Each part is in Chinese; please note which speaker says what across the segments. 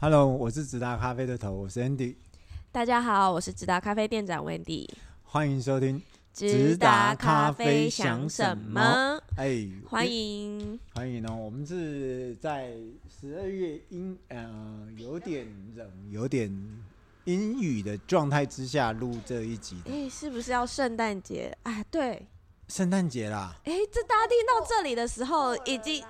Speaker 1: Hello，我是直达咖啡的头，我是 Andy，
Speaker 2: 大家好，我是直达咖啡店长 Wendy。
Speaker 1: 欢迎收听。直
Speaker 2: 直
Speaker 1: 达
Speaker 2: 达
Speaker 1: 咖
Speaker 2: 咖
Speaker 1: 啡
Speaker 2: 啡
Speaker 1: 想
Speaker 2: 想
Speaker 1: 什
Speaker 2: 什
Speaker 1: 么
Speaker 2: 么？
Speaker 1: 哎，
Speaker 2: 欢迎，
Speaker 1: 欢迎哦！我们是在十二月阴呃有点冷、有点阴雨的状态之下录这一集的
Speaker 2: 哎、是不是要圣诞节？哎，对，
Speaker 1: 圣诞节啦，
Speaker 2: 哎、这大家听到这里的时
Speaker 3: 哦
Speaker 2: 候，已经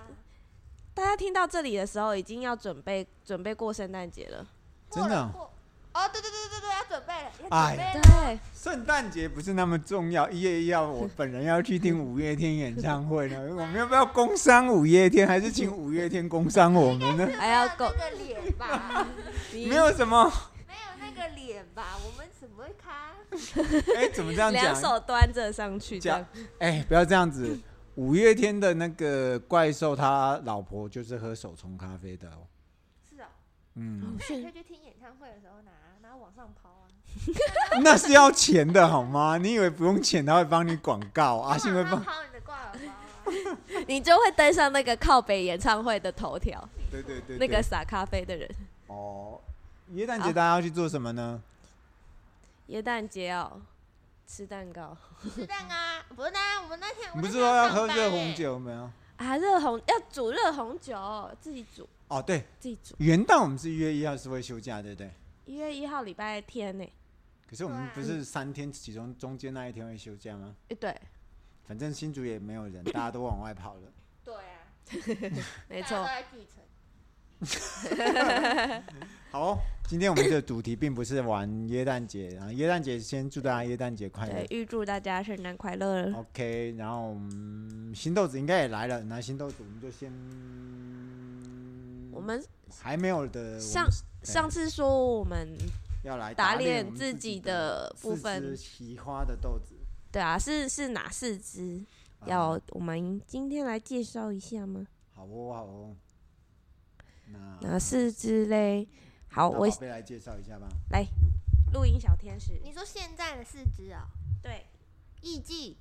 Speaker 2: 大家听到这里的时候，已经要准备准备过圣诞节了。
Speaker 1: 真的哦、
Speaker 3: 过哦，对对对对对，要准备了，要
Speaker 1: 哎
Speaker 3: 准备了。
Speaker 2: 对，
Speaker 1: 圣诞节不是那么重要。一月一号，我本人要去 听五月天演唱会呢。我们要不要工商五月天，还是请五月天工商我们呢？
Speaker 2: 还要
Speaker 3: 没
Speaker 2: 够
Speaker 3: 有那个脸
Speaker 2: 啊
Speaker 3: 吧？
Speaker 2: 你
Speaker 1: 没有什么，
Speaker 3: 没有那个脸吧？我们怎么会看？
Speaker 1: 哎，怎么这样
Speaker 2: 两
Speaker 1: 讲？
Speaker 2: 手端着上去这样
Speaker 1: 讲。哎、不要这样子。五月天的那个怪兽，他老婆就是喝手冲咖啡的哦。
Speaker 3: 是啊，
Speaker 1: 嗯，
Speaker 3: 那你可以去听演唱会的时候拿，然后往上抛啊。
Speaker 1: 那是要钱的好吗？你以为不用钱他会帮你广 告？阿信会
Speaker 3: 往上
Speaker 1: 帮？
Speaker 3: 啊抛你的挂耳包 啊。
Speaker 2: 你就会登上那个靠北演唱会的头条，
Speaker 1: 对对对
Speaker 2: 那个
Speaker 1: 对
Speaker 2: 撒咖啡的人。
Speaker 1: 哦，元旦节
Speaker 2: 好
Speaker 1: 大家要去做什么呢？
Speaker 2: 耶诞节哦，吃蛋糕
Speaker 3: 是蛋啊，不是啊，我们那天
Speaker 1: 你
Speaker 3: 我
Speaker 1: 不
Speaker 3: 那
Speaker 1: 是
Speaker 3: 天
Speaker 1: 说要
Speaker 3: 上
Speaker 1: 喝
Speaker 3: 班
Speaker 1: 热
Speaker 3: 欸
Speaker 1: 红？酒没有？
Speaker 2: 啊，热红要煮热红酒，自己煮
Speaker 1: 哦，对，
Speaker 2: 自己煮。
Speaker 1: 元旦我们是一月一号是会休假，对不对？
Speaker 2: 一月一号礼拜天呢、
Speaker 1: 可是我们
Speaker 3: 对啊
Speaker 1: 不是三天，其中中间那一天会休假吗？
Speaker 2: 诶哎对，
Speaker 1: 反正新竹也没有人，大家都往外跑了。
Speaker 3: 对啊，
Speaker 2: 没
Speaker 3: 大
Speaker 2: 错
Speaker 3: 家都。在聚成。
Speaker 1: 好哦、今天我们的主题并不是玩耶诞节，然后耶诞节先祝大家耶诞节快
Speaker 2: 对，
Speaker 1: 乐。
Speaker 2: 预祝大家圣诞快乐！
Speaker 1: OK，然后嗯新豆子应该也来了，那新豆子我们就先
Speaker 2: 我们
Speaker 1: 还没有的我们
Speaker 2: 上
Speaker 1: 对
Speaker 2: 上次说我们
Speaker 1: 要来
Speaker 2: 打
Speaker 1: 脸
Speaker 2: 脸
Speaker 1: 自
Speaker 2: 自
Speaker 1: 己
Speaker 2: 己的部
Speaker 1: 四
Speaker 2: 分
Speaker 1: 只，奇花的豆子，
Speaker 2: 对啊，是是哪四只？
Speaker 1: 啊
Speaker 2: 要我们今天来介绍一下吗？
Speaker 1: 好哦好哦，那
Speaker 2: 哪四只嘞？啊好，
Speaker 1: 那
Speaker 2: 我
Speaker 1: 宝贝来介绍一下吧。
Speaker 2: 录音小天使。
Speaker 3: 你说现在的四只哦，
Speaker 2: 对，
Speaker 3: 艺伎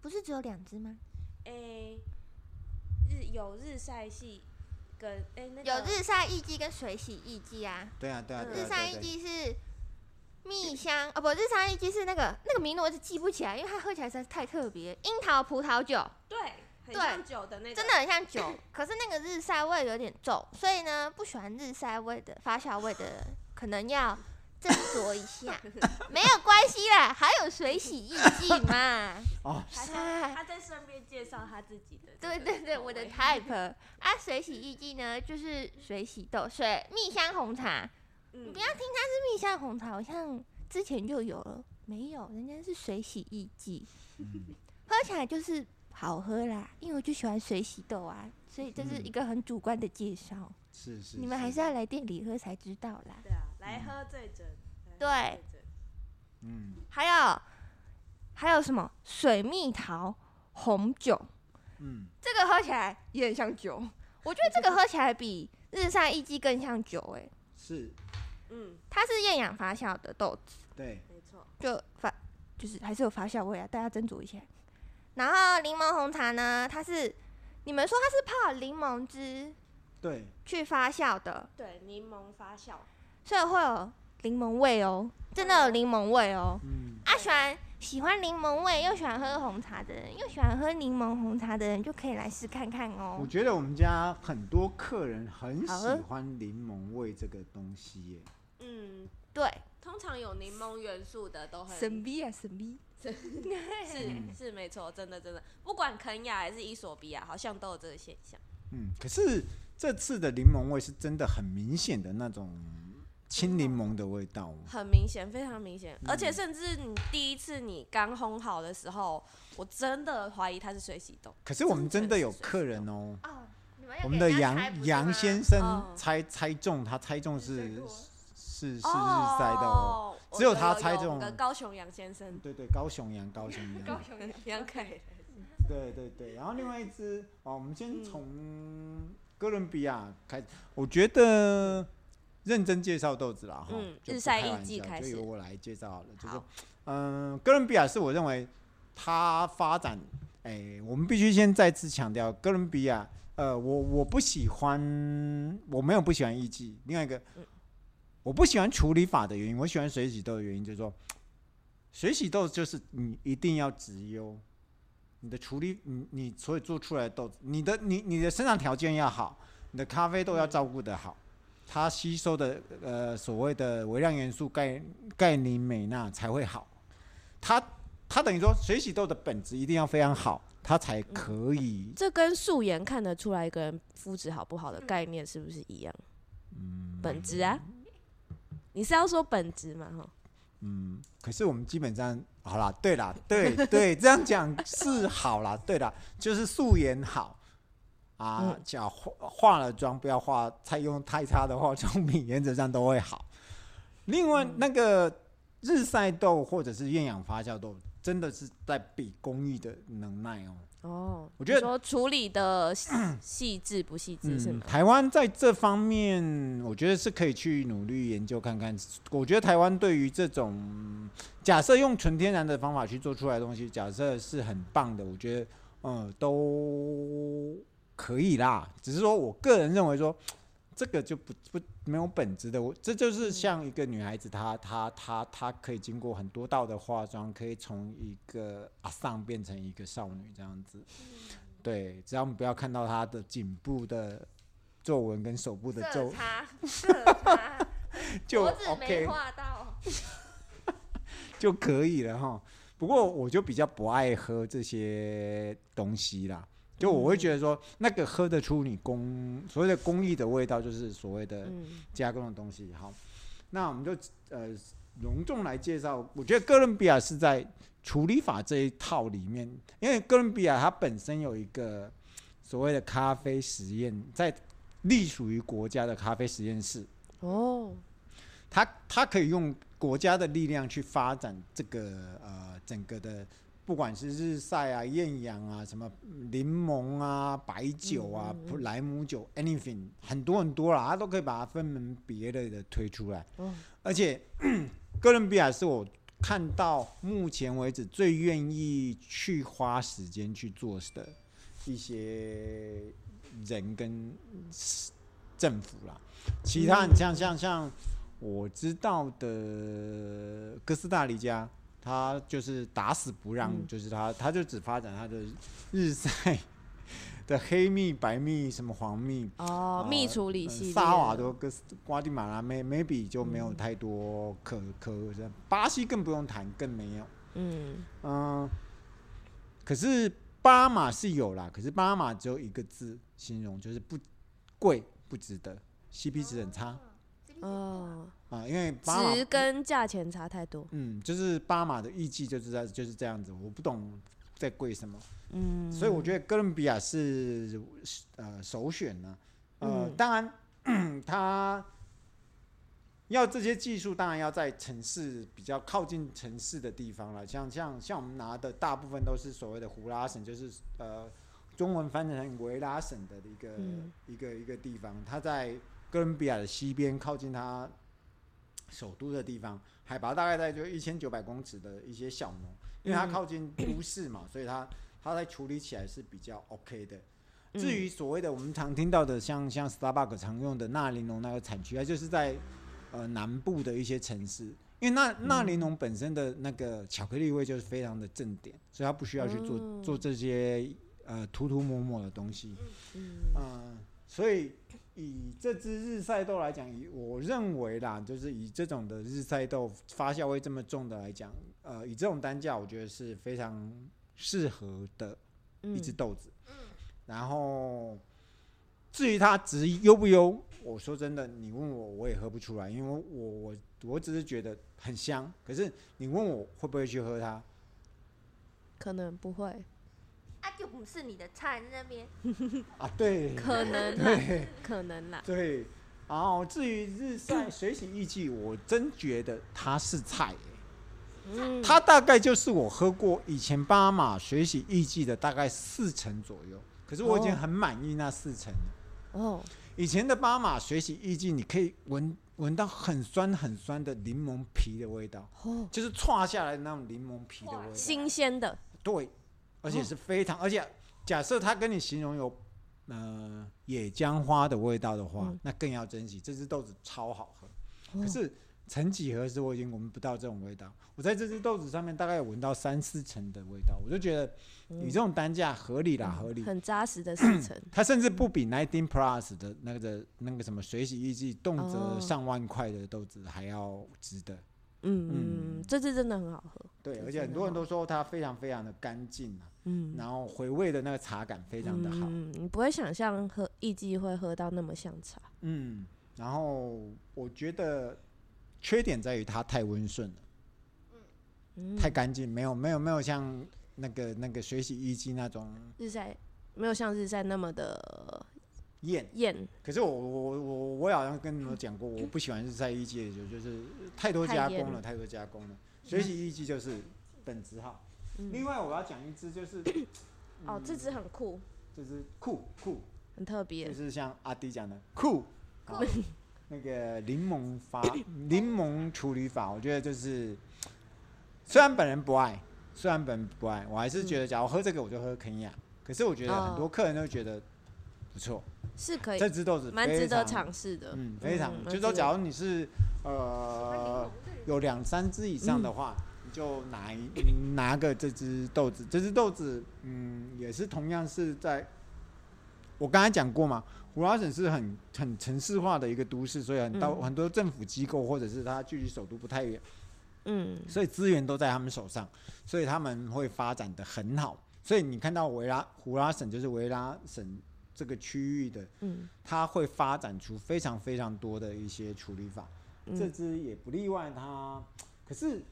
Speaker 3: 不是只有两只吗？
Speaker 2: 诶、哎日有日晒系跟诶、那
Speaker 3: 有日晒艺伎跟水洗艺伎啊。
Speaker 1: 对啊对啊对
Speaker 3: 日
Speaker 1: 啊
Speaker 3: 上
Speaker 1: 对
Speaker 3: 一
Speaker 1: 啊对啊，
Speaker 3: 季是蜜香哦，不，日上一季是那个那个名字我一直记不起来，因为它喝起来实在是太特别。樱桃葡萄酒
Speaker 2: 对，很
Speaker 3: 对
Speaker 2: 像酒的那个，
Speaker 3: 真的很像酒，可是那个日晒味有点重，所以呢，不喜欢日晒味的发酵味的人可能要斟酌一下。没有关系啦，还有水洗艺伎嘛。
Speaker 1: 哦，
Speaker 2: 他在他在顺便介绍他自己的这个口
Speaker 3: 对
Speaker 2: 味。
Speaker 3: 对对，我的 type 啊，水洗艺伎呢，就是水洗豆水蜜香红茶。
Speaker 2: 嗯，
Speaker 3: 你不要听它是蜜香红茶，好像之前就有了，没有，人家是水洗艺伎，
Speaker 1: 嗯
Speaker 3: 喝起来就是好喝啦。因为我就喜欢水洗豆啊，所以这是一个很主观的介绍，
Speaker 1: 是是，
Speaker 3: 你们还是要来店里喝才知道啦。
Speaker 2: 对啊，来喝醉者。来
Speaker 3: 对啊
Speaker 1: 哎
Speaker 2: 喝醉者
Speaker 1: 嗯
Speaker 3: 还有还有什么水蜜桃红酒，
Speaker 1: 嗯，
Speaker 3: 这个喝起来也很像酒，我觉得这个喝起来比日晒艺伎更像酒诶、
Speaker 1: 是，
Speaker 2: 嗯，
Speaker 3: 它是厌氧发酵的豆
Speaker 1: 对，
Speaker 2: 没错。
Speaker 3: 就发就是还是有发酵味啊，大家斟酌一下。然后柠檬红茶呢，它是你们说它是泡柠檬汁
Speaker 1: 对，
Speaker 3: 去发酵的，
Speaker 2: 对，柠檬发酵。
Speaker 3: 所以会有柠檬味哦，真的有柠檬味哦。
Speaker 1: 嗯，
Speaker 3: 啊，喜欢喜欢柠檬味又喜欢喝红茶的人，又喜欢喝柠檬红茶的人就可以来试看看
Speaker 1: 我
Speaker 3: 哦。
Speaker 1: 觉得我们家很多客人很
Speaker 3: 好
Speaker 1: 喜
Speaker 3: 喝
Speaker 1: 欢柠檬味这个东西耶。
Speaker 2: 嗯，
Speaker 3: 对，
Speaker 2: 通常有柠檬元素的都很
Speaker 3: 神秘啊神秘，
Speaker 1: 嗯
Speaker 2: 是是没错，真的真的，不管肯亚还是伊索比亚，好像都有这个现象。
Speaker 1: 嗯，可是这次的柠檬味是真的很明显的那种青柠檬的味道哦。
Speaker 2: 很明显，非常明
Speaker 1: 嗯
Speaker 2: 显，而且甚至你第一次你刚烘好的时候，我真的怀疑它是水洗豆。
Speaker 1: 可是我们真的有
Speaker 2: 真的是
Speaker 1: 客人哦，
Speaker 3: 哦，你们
Speaker 1: 我
Speaker 3: 要
Speaker 1: 们
Speaker 3: 给
Speaker 1: 的
Speaker 3: 人家猜
Speaker 1: 杨
Speaker 3: 不是
Speaker 1: 杨
Speaker 3: 吗
Speaker 1: 先生
Speaker 2: 哦
Speaker 1: 猜猜中，他猜中
Speaker 3: 是
Speaker 1: 是是是
Speaker 3: 最多
Speaker 1: 日晒的哦。
Speaker 2: 哦
Speaker 1: 只有他猜
Speaker 2: 我
Speaker 1: 中
Speaker 2: 我跟高雄杨先生，
Speaker 1: 对对，高雄羊，高 雄羊，
Speaker 3: 雄
Speaker 2: 杨凯，
Speaker 1: 对对对，然后另外一只哦，我们
Speaker 2: 嗯
Speaker 1: 先从哥伦比亚开始，我觉得认真介绍豆子啦，哈、
Speaker 2: 嗯
Speaker 1: 就不
Speaker 2: 日晒
Speaker 1: 开
Speaker 2: 艺
Speaker 1: 玩
Speaker 2: 伎
Speaker 1: 笑
Speaker 2: 开
Speaker 1: 就
Speaker 2: 始
Speaker 1: 由我来介绍好了，就是
Speaker 2: 好
Speaker 1: 嗯，哥伦比亚是我认为它发展，哎、我们必须先再次强调，哥伦比亚呃呃，我我不喜欢，我没有不喜欢艺伎。另外一个
Speaker 2: 嗯，
Speaker 1: 我不喜欢处理法的原因，我喜欢水洗豆的原因就是说，水洗豆就是你一定要直优，你的处理，你你所以做出来的豆子，你的你你的生长条件要好，你的咖啡豆要照顾得好，它吸收的呃所谓的微量元素钙钙磷镁钠才会好，它它等于说水洗豆的本质一定要非常好，它才可以。
Speaker 2: 这跟素颜看得出来一个人肤质好不好的概念是不是一样？
Speaker 1: 嗯
Speaker 2: 本质啊，你是要说本质嘛？哈，
Speaker 1: 嗯，可是我们基本上好啦，对啦，对 对，这样讲是好啦，对啦，就是素颜好啊
Speaker 2: 嗯，
Speaker 1: 讲化化了妆不要化太用太差的化妆品，原则上都会好。另外，那个日晒豆或者是厌氧发酵豆，真的是在比工艺的能耐哦。
Speaker 2: 哦，
Speaker 1: 我觉得
Speaker 2: 你说处理 的细细致不细致是
Speaker 1: 嗯，
Speaker 2: 吗？
Speaker 1: 台湾在这方面，我觉得是可以去努力研究看看。我觉得台湾对于这种假设用纯天然的方法去做出来的东西，假设是很棒的，我觉得嗯都可以啦。只是说我个人认为说。这个就不不没有本质的，我这就是像一个女孩子，她她她她可以经过很多道的化妆，可以从一个阿桑变成一个少女这样子。对，只要我们不要看到她的颈部的皱纹跟手部的
Speaker 3: 色
Speaker 1: 皱，
Speaker 3: 差，色差，
Speaker 1: 就
Speaker 3: 脖子没
Speaker 1: OK
Speaker 3: 画到，
Speaker 1: 就可以了哈。不过我就比较不爱喝这些东西啦，就我会觉得说，那个喝得出你工所谓的工艺的味道，就是所谓的
Speaker 2: 嗯，
Speaker 1: 加工的东西。好，那我们就呃隆重来介绍。我觉得哥伦比亚是在处理法这一套里面，因为哥伦比亚它本身有一个所谓的咖啡实验，在隶属于国家的咖啡实验室，
Speaker 2: 哦，
Speaker 1: 它它可以用国家的力量去发展这个呃整个的。不管是日晒啊、艳阳啊、什么柠檬啊、白酒啊、
Speaker 2: 嗯嗯
Speaker 1: 普莱姆酒，anything 很多很多啦，它都可以把它分门别类的推出来。
Speaker 2: 哦，
Speaker 1: 而且哥伦比亚是我看到目前为止最愿意去花时间去做的一些人跟政府啦。其他
Speaker 2: 嗯
Speaker 1: 你像像像我知道的哥斯达黎加，他就是打死不让，
Speaker 2: 嗯
Speaker 1: 就是他他就只发展他的日晒 的黑蜜、白蜜、什么黄蜜，
Speaker 2: 哦，蜜处理系列的，
Speaker 1: 萨啊嗯瓦多、哥斯、瓜地马拉、没没比就没有
Speaker 2: 嗯
Speaker 1: 太多可可的，巴西更不用谈，更没有。
Speaker 2: 嗯，
Speaker 1: 嗯，可是巴拿马是有啦，可是巴拿马只有一个字形容，就是不贵、不值得，CP 值很差啊、
Speaker 3: 嗯
Speaker 2: 哦，
Speaker 1: 因为巴拿
Speaker 2: 值
Speaker 1: 马
Speaker 2: 跟价钱差太多，
Speaker 1: 嗯，就是巴拿马的艺伎就是在就是这样子，我不懂在贵什么。
Speaker 2: 嗯，
Speaker 1: 所以我觉得哥伦比亚是呃首选呢、呃，
Speaker 2: 嗯
Speaker 1: 当然它要这些技术，当然要在城市比较靠近城市的地方了。像像像我们拿的大部分都是所谓的胡拉省，就是呃中文翻译成维拉省的一个、
Speaker 2: 嗯
Speaker 1: 一个一个地方，它在哥伦比亚的西边，靠近它首都的地方，海拔大概在就一千九百公尺的一些小农，因为它
Speaker 2: 嗯
Speaker 1: 靠近都市嘛，所以它它在处理起来是比较 OK 的。
Speaker 2: 嗯
Speaker 1: 至于所谓的我们常听到的像像 Starbucks 常用的纳林农那个产区，它就是在呃南部的一些城市，因为
Speaker 2: 嗯
Speaker 1: 纳纳林农本身的那个巧克力味就是非常的正点，所以它不需要去做、
Speaker 2: 嗯
Speaker 1: 做这些呃涂涂抹抹的东西。
Speaker 2: 嗯
Speaker 1: 嗯，所以以这只日晒豆来讲，以我认为啦，就是以这种的日晒豆发酵味这么重的来讲，呃，以这种单价，我觉得是非常适合的一只
Speaker 2: 嗯
Speaker 1: 豆子。
Speaker 3: 嗯
Speaker 1: 然后至于它值优不优，我说真的，你问我我也喝不出来，因为我我我只是觉得很香，可是你问我会不会去喝它，
Speaker 2: 可能不会，
Speaker 3: 啊，就不是你的菜在那边，
Speaker 1: 啊，对，
Speaker 2: 可能啦，可 能啦，
Speaker 1: 对，然后至于日晒水洗艺伎，我真觉得它是菜欸、
Speaker 2: 嗯，
Speaker 1: 它大概就是我喝过以前巴拿马水洗艺伎的大概四成左右，可是我已经
Speaker 2: 哦
Speaker 1: 很满意那四成了。
Speaker 2: 哦，
Speaker 1: 以前的巴拿马水洗艺伎，你可以闻闻到很酸很酸的柠檬皮的味道，
Speaker 2: 哦，
Speaker 1: 就是歘下来的那种柠檬皮的味道。
Speaker 2: 新鲜的，
Speaker 1: 对，而且是非常，而且假设他跟你形容有呃野姜花的味道的话，
Speaker 2: 嗯
Speaker 1: 那更要珍惜。这只豆子超好喝，
Speaker 2: 哦
Speaker 1: 可是曾几何时我已经闻不到这种味道。我在这只豆子上面大概有闻到三四成的味道，我就觉得以这种单价合理啦，合理。
Speaker 2: 嗯很扎实的四成，
Speaker 1: 它甚至不比 Nineteen Plus 的那个那个什么水洗预计动
Speaker 2: 哦
Speaker 1: 辄上万块的豆子还要值得。
Speaker 2: 嗯，嗯这支真的很好喝，
Speaker 1: 对，
Speaker 2: 这
Speaker 1: 而且
Speaker 2: 真
Speaker 1: 很
Speaker 2: 的
Speaker 1: 多人
Speaker 2: 好
Speaker 1: 都说它非常非常的干净啊，
Speaker 2: 嗯，
Speaker 1: 然后回味的那个茶感非常的好，
Speaker 2: 嗯，你不会想象喝艺妓会喝到那么像茶，
Speaker 1: 嗯，然后我觉得缺点在于它太温顺了，
Speaker 2: 嗯，
Speaker 1: 太干净，没有没有没有像那个那个水洗衣机那种
Speaker 2: 日晒没有像日晒那么的
Speaker 1: 艳。
Speaker 2: 艳，
Speaker 1: 可是我我我我好像跟你们讲过，我不喜欢日晒衣机的就就是太多
Speaker 2: 太
Speaker 1: 加
Speaker 2: 艳
Speaker 1: 工了，太多加工了。水洗衣机就是本质好。另
Speaker 2: 嗯，
Speaker 1: 外我要讲一支就是，
Speaker 2: 哦，
Speaker 1: 嗯
Speaker 2: 这支很酷，
Speaker 1: 就是酷酷，
Speaker 2: 很特
Speaker 1: 就
Speaker 2: 别，
Speaker 1: 是像阿迪讲的酷，啊那个柠檬 法柠檬处理法，我觉得就是，虽然本人不爱，虽然本人不爱，我还是
Speaker 2: 嗯
Speaker 1: 觉得，假如喝这个我就喝肯亚，可是我觉得很
Speaker 2: 哦
Speaker 1: 多客人都觉得不错，
Speaker 2: 是可以
Speaker 1: 这，支豆子
Speaker 2: 蛮值得
Speaker 1: 非常，
Speaker 2: 尝试的，
Speaker 1: 嗯，非常，就是
Speaker 2: 嗯蛮
Speaker 1: 说，
Speaker 2: 值得
Speaker 1: 假如你是呃有两三支以上的话，
Speaker 2: 嗯
Speaker 1: 你就拿一嗯拿个这只豆子，这只豆子，嗯，也是同样是在，我刚才讲过嘛，胡拉省是很很城市化的一个都市，所以很到、
Speaker 2: 嗯
Speaker 1: 很多政府机构或者是它距离首都不太远，
Speaker 2: 嗯，
Speaker 1: 所以资源都在他们手上，所以他们会发展的很好。所以你看到维拉胡拉省就是维拉省这个区域的，
Speaker 2: 嗯
Speaker 1: 它会发展出非常非常多的一些处理法。这
Speaker 2: 嗯，
Speaker 1: 支也不例外它。可是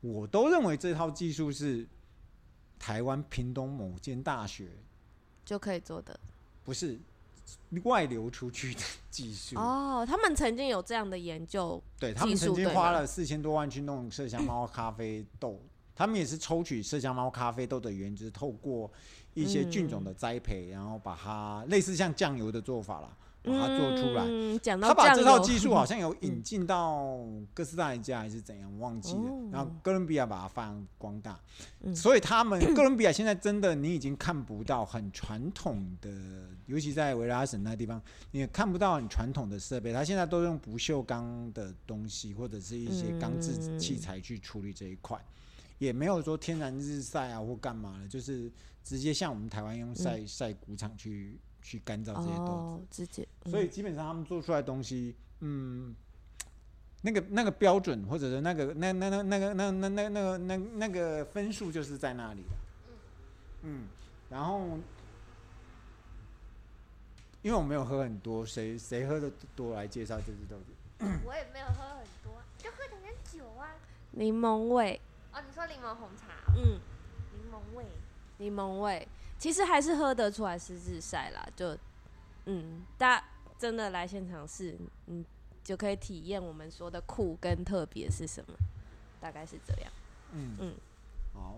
Speaker 1: 我都认为这套技术是台湾屏东某间大学
Speaker 2: 就可以做的。
Speaker 1: 不是外流出去的技术。
Speaker 2: 哦，他们曾经有这样的研究，
Speaker 1: 对他们
Speaker 2: 技术
Speaker 1: 曾经
Speaker 2: 对嗯
Speaker 1: 花
Speaker 2: 吗
Speaker 1: 了四千多万去弄麝香猫咖啡豆，他们也是抽取麝香猫咖啡豆的原汁，透过一些菌种的栽培，然后把它类似像酱油的做法啦，把它哦做出来。
Speaker 2: 嗯，讲到
Speaker 1: 他把这套
Speaker 2: 酱油嗯
Speaker 1: 技术好像 有引进到哥斯达黎加还是怎样，我忘记了
Speaker 2: 哦。
Speaker 1: 然后哥伦比亚把它发扬光大，
Speaker 2: 嗯
Speaker 1: 所以他 们哥伦比亚现在真的你已经看不到很传统的，尤其在维拉省那地方，你也看不到很传统的设备，他现在都用不锈钢的东西或者是一些钢制
Speaker 2: 嗯
Speaker 1: 器材去处理这一块。也没有说天然日晒啊或干嘛的，就是直接像我们台湾用晒
Speaker 2: 嗯
Speaker 1: 晒谷场去去干燥这些豆子。
Speaker 2: 哦，直接，嗯
Speaker 1: 所以基本上他们做出来的东西，嗯，那个那个标准或者是那个那那那那个那那那那个那那个分数就是在那里了。嗯，然后因为我没有喝很多，谁谁喝的多来介绍这支豆子。
Speaker 3: 我也没有喝很多，就喝点点酒啊。
Speaker 2: 柠檬味，
Speaker 3: 哦，你说柠檬红茶、
Speaker 2: 嗯，
Speaker 3: 柠檬味，
Speaker 2: 柠檬味，其实还是喝得出来是日晒啦，就，嗯，大家真的来现场试，嗯，就可以体验我们说的酷跟特别是什么，大概是这样。
Speaker 1: 嗯
Speaker 2: 嗯
Speaker 1: 好，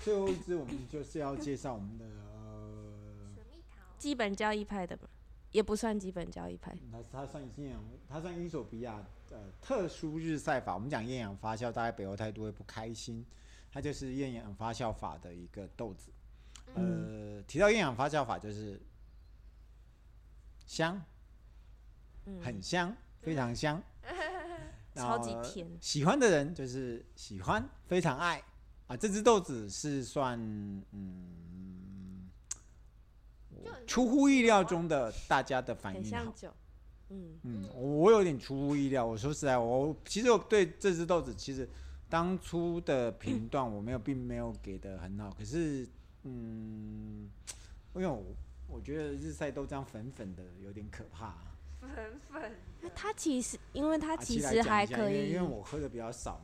Speaker 1: 最后一支我们就是要介绍我们的，呃，
Speaker 3: 水蜜桃，
Speaker 2: 基本交易派的嘛，也不算基本交易派，
Speaker 1: 它嗯它算艳阳，它算伊索比亚呃特殊日晒法。我们讲艳阳发酵，大概北欧态度会不开心。它就是艳阳发酵法的一个豆子。
Speaker 2: 嗯
Speaker 1: 呃，提到艳阳发酵法，就是香，
Speaker 2: 嗯，
Speaker 1: 很香，非常香，然
Speaker 2: 超级
Speaker 1: 后呃
Speaker 2: 甜
Speaker 1: 喜欢的人就是喜欢，非常爱啊。这只豆子是算嗯，
Speaker 3: 就很
Speaker 1: 出乎意料中的大家的反
Speaker 2: 很
Speaker 1: 应好
Speaker 2: 像。酒，嗯，
Speaker 1: 嗯，我我有点出乎意料。我说实在，我其实我对这只豆子其实当初的评断我没有，并没有给的很好。可是，嗯，因为我我觉得日晒豆这样粉粉的有点可怕、啊。
Speaker 3: 粉粉。
Speaker 2: 那它其实，因为它
Speaker 1: 啊
Speaker 2: 其
Speaker 1: 来
Speaker 2: 实
Speaker 1: 讲一
Speaker 2: 还
Speaker 1: 下
Speaker 2: 可
Speaker 1: 因为
Speaker 2: 以，
Speaker 1: 因为我喝的比较少，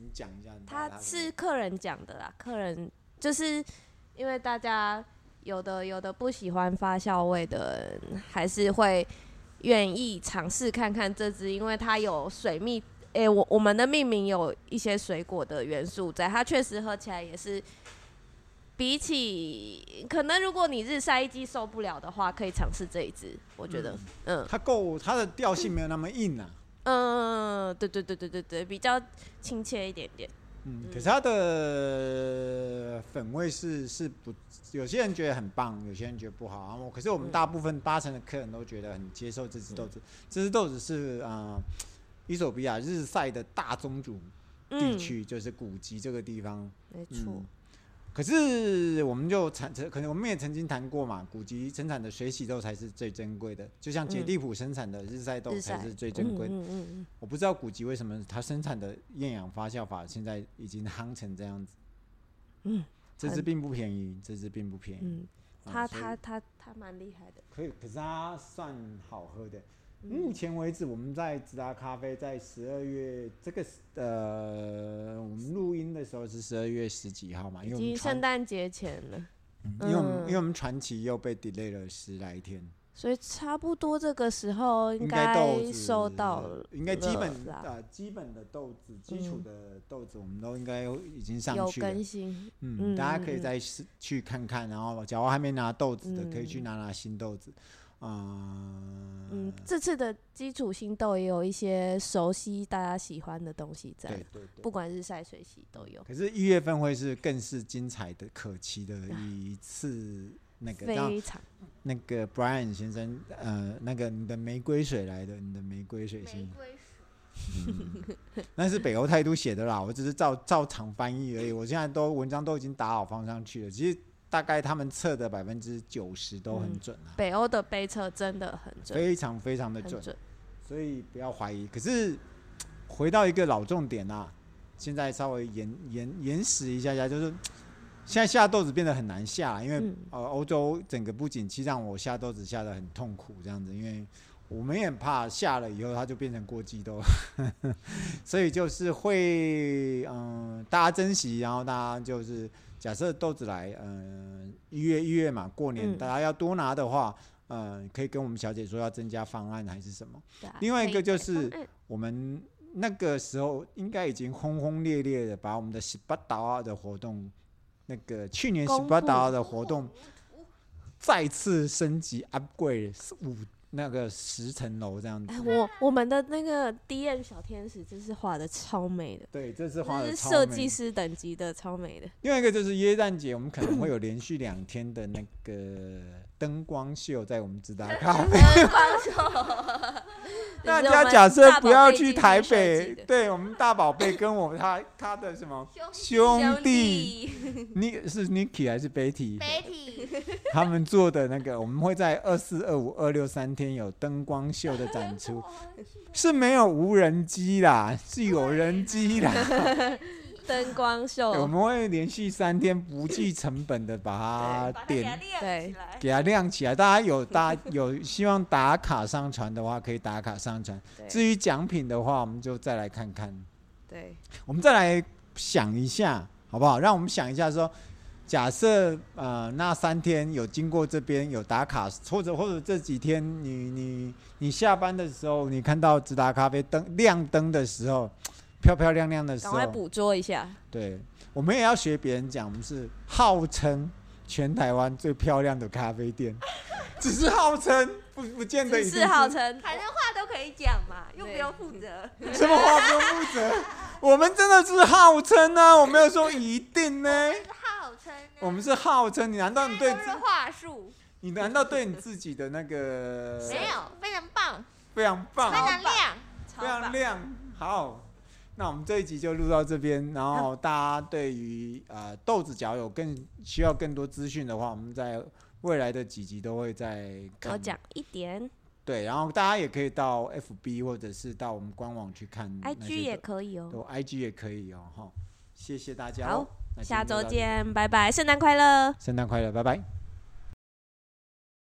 Speaker 1: 你讲一下。
Speaker 2: 他
Speaker 1: 的
Speaker 2: 是客人讲的啦，客人就是因为大家有的有的不喜欢发酵味的人，还是会愿意尝试看看这支，因为它有水蜜。诶、我我们的命名有一些水果的元素在，它确实喝起来也是。比起可能，如果你日晒一机受不了的话，可以尝试这一支。我觉得，嗯
Speaker 1: 它够，它的调性没有那么硬啊。
Speaker 2: 呃嗯，对对对对对对，比较亲切一点点。
Speaker 1: 嗯，
Speaker 2: 嗯
Speaker 1: 可是它的粉味是是不，有些人觉得很棒，有些人觉得不好。然后可是我们
Speaker 2: 嗯
Speaker 1: 大部分八成的客人都觉得很接受这只豆子，这只豆子是啊、呃伊索比亚日晒的大宗主地
Speaker 2: 嗯，
Speaker 1: 区，就是古籍这个地方。
Speaker 2: 没错
Speaker 1: 嗯，，可是我们就产，可能我们也曾经谈过嘛，古籍生产的水洗豆才是最珍贵的，就像杰
Speaker 2: 嗯
Speaker 1: 地普生产的日晒豆
Speaker 2: 日
Speaker 1: 才
Speaker 2: 晒
Speaker 1: 是最珍贵的。
Speaker 2: 嗯嗯嗯
Speaker 1: 我不知道古籍为什么它生产的厌氧发酵法现在已经 夯成这样子。
Speaker 2: 嗯，
Speaker 1: 这支
Speaker 2: 很
Speaker 1: 并不便宜，这支并不便宜。
Speaker 2: 嗯，
Speaker 1: 啊
Speaker 2: 他
Speaker 1: 所以
Speaker 2: 他他他蛮厉害的，
Speaker 1: 可以，可是它算好喝的。
Speaker 2: 嗯
Speaker 1: 目前为止，我们在直达咖啡在十二月这个呃，我们录音的时候是十二月十几号嘛，因
Speaker 2: 已
Speaker 1: 为我
Speaker 2: 经
Speaker 1: 们
Speaker 2: 圣
Speaker 1: 传，
Speaker 2: 诞节前了，
Speaker 1: 嗯因为我们
Speaker 2: 嗯
Speaker 1: 因为我们传奇又被 delay 了十来天，
Speaker 2: 所以差不多这个时候应
Speaker 1: 该豆子
Speaker 2: 收到了啦，
Speaker 1: 应该基本呃基本的豆子，基础
Speaker 2: 嗯
Speaker 1: 的豆子我们都应该已经上
Speaker 2: 有
Speaker 1: 去了
Speaker 2: 更。新，
Speaker 1: 嗯，大家可以
Speaker 2: 嗯嗯嗯
Speaker 1: 再试去看看，然后假如还没拿豆子的，可以去
Speaker 2: 嗯
Speaker 1: 拿拿新豆子。呃嗯，
Speaker 2: 嗯，这次的基础新豆也有一些熟悉大家喜欢的东西在
Speaker 1: 对，对对。
Speaker 2: 不管是晒水洗都有，
Speaker 1: 可是，一月份会是更是精彩的、可期的一次那个让
Speaker 2: 啊非常
Speaker 1: 那个 Brian 先生，呃，那个你的玫瑰水来的，你的玫瑰水先
Speaker 3: 玫
Speaker 1: 生，
Speaker 3: 瑰水，
Speaker 1: 嗯那是北欧态度写的啦，我只是照照常翻译而已。我现在都文章都已经打好放上去了，其实大概他们测的百分之九十都很
Speaker 2: 嗯
Speaker 1: 准啊，
Speaker 2: 北欧的杯测真的很准，
Speaker 1: 非常非常的
Speaker 2: 很
Speaker 1: 准。
Speaker 2: 准，
Speaker 1: 所以不要怀疑。可是回到一个老重点啊，现在稍微延延延时一下下，就是现在下豆子变得很难下，因为、
Speaker 2: 嗯
Speaker 1: 呃欧洲整个不景气让我下豆子下得很痛苦，这样子，因为我们也很怕下了以后它就变成过季豆， 所以就是会嗯、大家珍惜，然后大家就是假设豆子来，嗯、一月一月嘛，过年、
Speaker 2: 嗯
Speaker 1: 大家要多拿的话。嗯，可以跟我们小姐说要增加方案还是什么？
Speaker 2: 对啊
Speaker 1: 另外一个就
Speaker 2: 可以
Speaker 1: 是
Speaker 2: 改方案
Speaker 1: 我们那个时候应该已经轰轰烈烈的把我们的十八达尔的活动，那个去年十
Speaker 2: 公布
Speaker 1: 八达尔的活动
Speaker 3: 图图
Speaker 1: 再次升级 upgrade 五那个十层楼这样子
Speaker 2: 哎，。我我们的那个 DM 小天使真是画的超美的，
Speaker 1: 对，这次画
Speaker 2: 这
Speaker 1: 的
Speaker 2: 是
Speaker 1: 超
Speaker 2: 设
Speaker 1: 美
Speaker 2: 计。师等级的，超美的。
Speaker 1: 另外一个就是耶诞节，我们可能会有连续两天的那个灯光秀在我们直达咖啡。 大家假设不要去台北，对我们大宝贝跟我们他他的什么
Speaker 3: 兄弟
Speaker 1: 兄弟，，你是 Niki 还是 Betty？
Speaker 3: 媒体，
Speaker 1: 他们做的那个，我们会在二四、二五、二六三天有灯光秀的展出，
Speaker 3: 哦
Speaker 1: 是没有无人机 啦，是有人机 啦。
Speaker 2: 灯光秀，
Speaker 1: 我们会连续三天不计成本的把它点
Speaker 2: 对，
Speaker 1: 给它亮起来。大家有 大有希望打卡上传的话，可以打卡上传。至
Speaker 2: 对
Speaker 1: 于奖品的话，我们就再来看看。
Speaker 2: 对，
Speaker 1: 我们再来想一下，好不好？让我们想一下说，假设呃那三天有经过这边有打卡，或者或者这几天你你你下班的时候，你看到直达咖啡灯亮灯的时候，漂漂亮亮的时
Speaker 2: 赶快
Speaker 1: 候，
Speaker 2: 捕捉一下，
Speaker 1: 对，我们也要学别人讲，我们是号称全台湾最漂亮的咖啡 店，只是号称，不不见得一
Speaker 2: 只
Speaker 1: 定
Speaker 2: 是号称
Speaker 3: 反正话都可以讲嘛，又不
Speaker 2: 对
Speaker 3: 用负责。
Speaker 1: 什么话不用负责。我们真的是号称呢、我没有说一定呢、
Speaker 3: 号称呢
Speaker 1: 我们是号称，你难道你对
Speaker 3: 都
Speaker 1: 自
Speaker 3: 是话术，
Speaker 1: 你难道对你自己的那个
Speaker 3: 没有非常棒，
Speaker 1: 非常呃棒
Speaker 3: 非、常亮，
Speaker 1: 非常
Speaker 2: 棒
Speaker 1: 亮？好，那我们这一集就录到这边。然后大家对于呃豆子角有更需要更多资讯的话，我们在未来的几集都会再
Speaker 2: 多
Speaker 1: 看
Speaker 2: 讲一点
Speaker 1: 对，然后大家也可以到 FB 或者是到我们官网去看那些豆。
Speaker 2: ，IG 也可以哦。
Speaker 1: 对 IG 也可以哦哈。谢谢大家、
Speaker 2: 好
Speaker 1: 哦，那今天
Speaker 2: 下
Speaker 1: 就
Speaker 2: 周
Speaker 1: 到这边，
Speaker 2: 见，拜拜，圣诞快乐。
Speaker 1: 圣诞快乐，拜拜。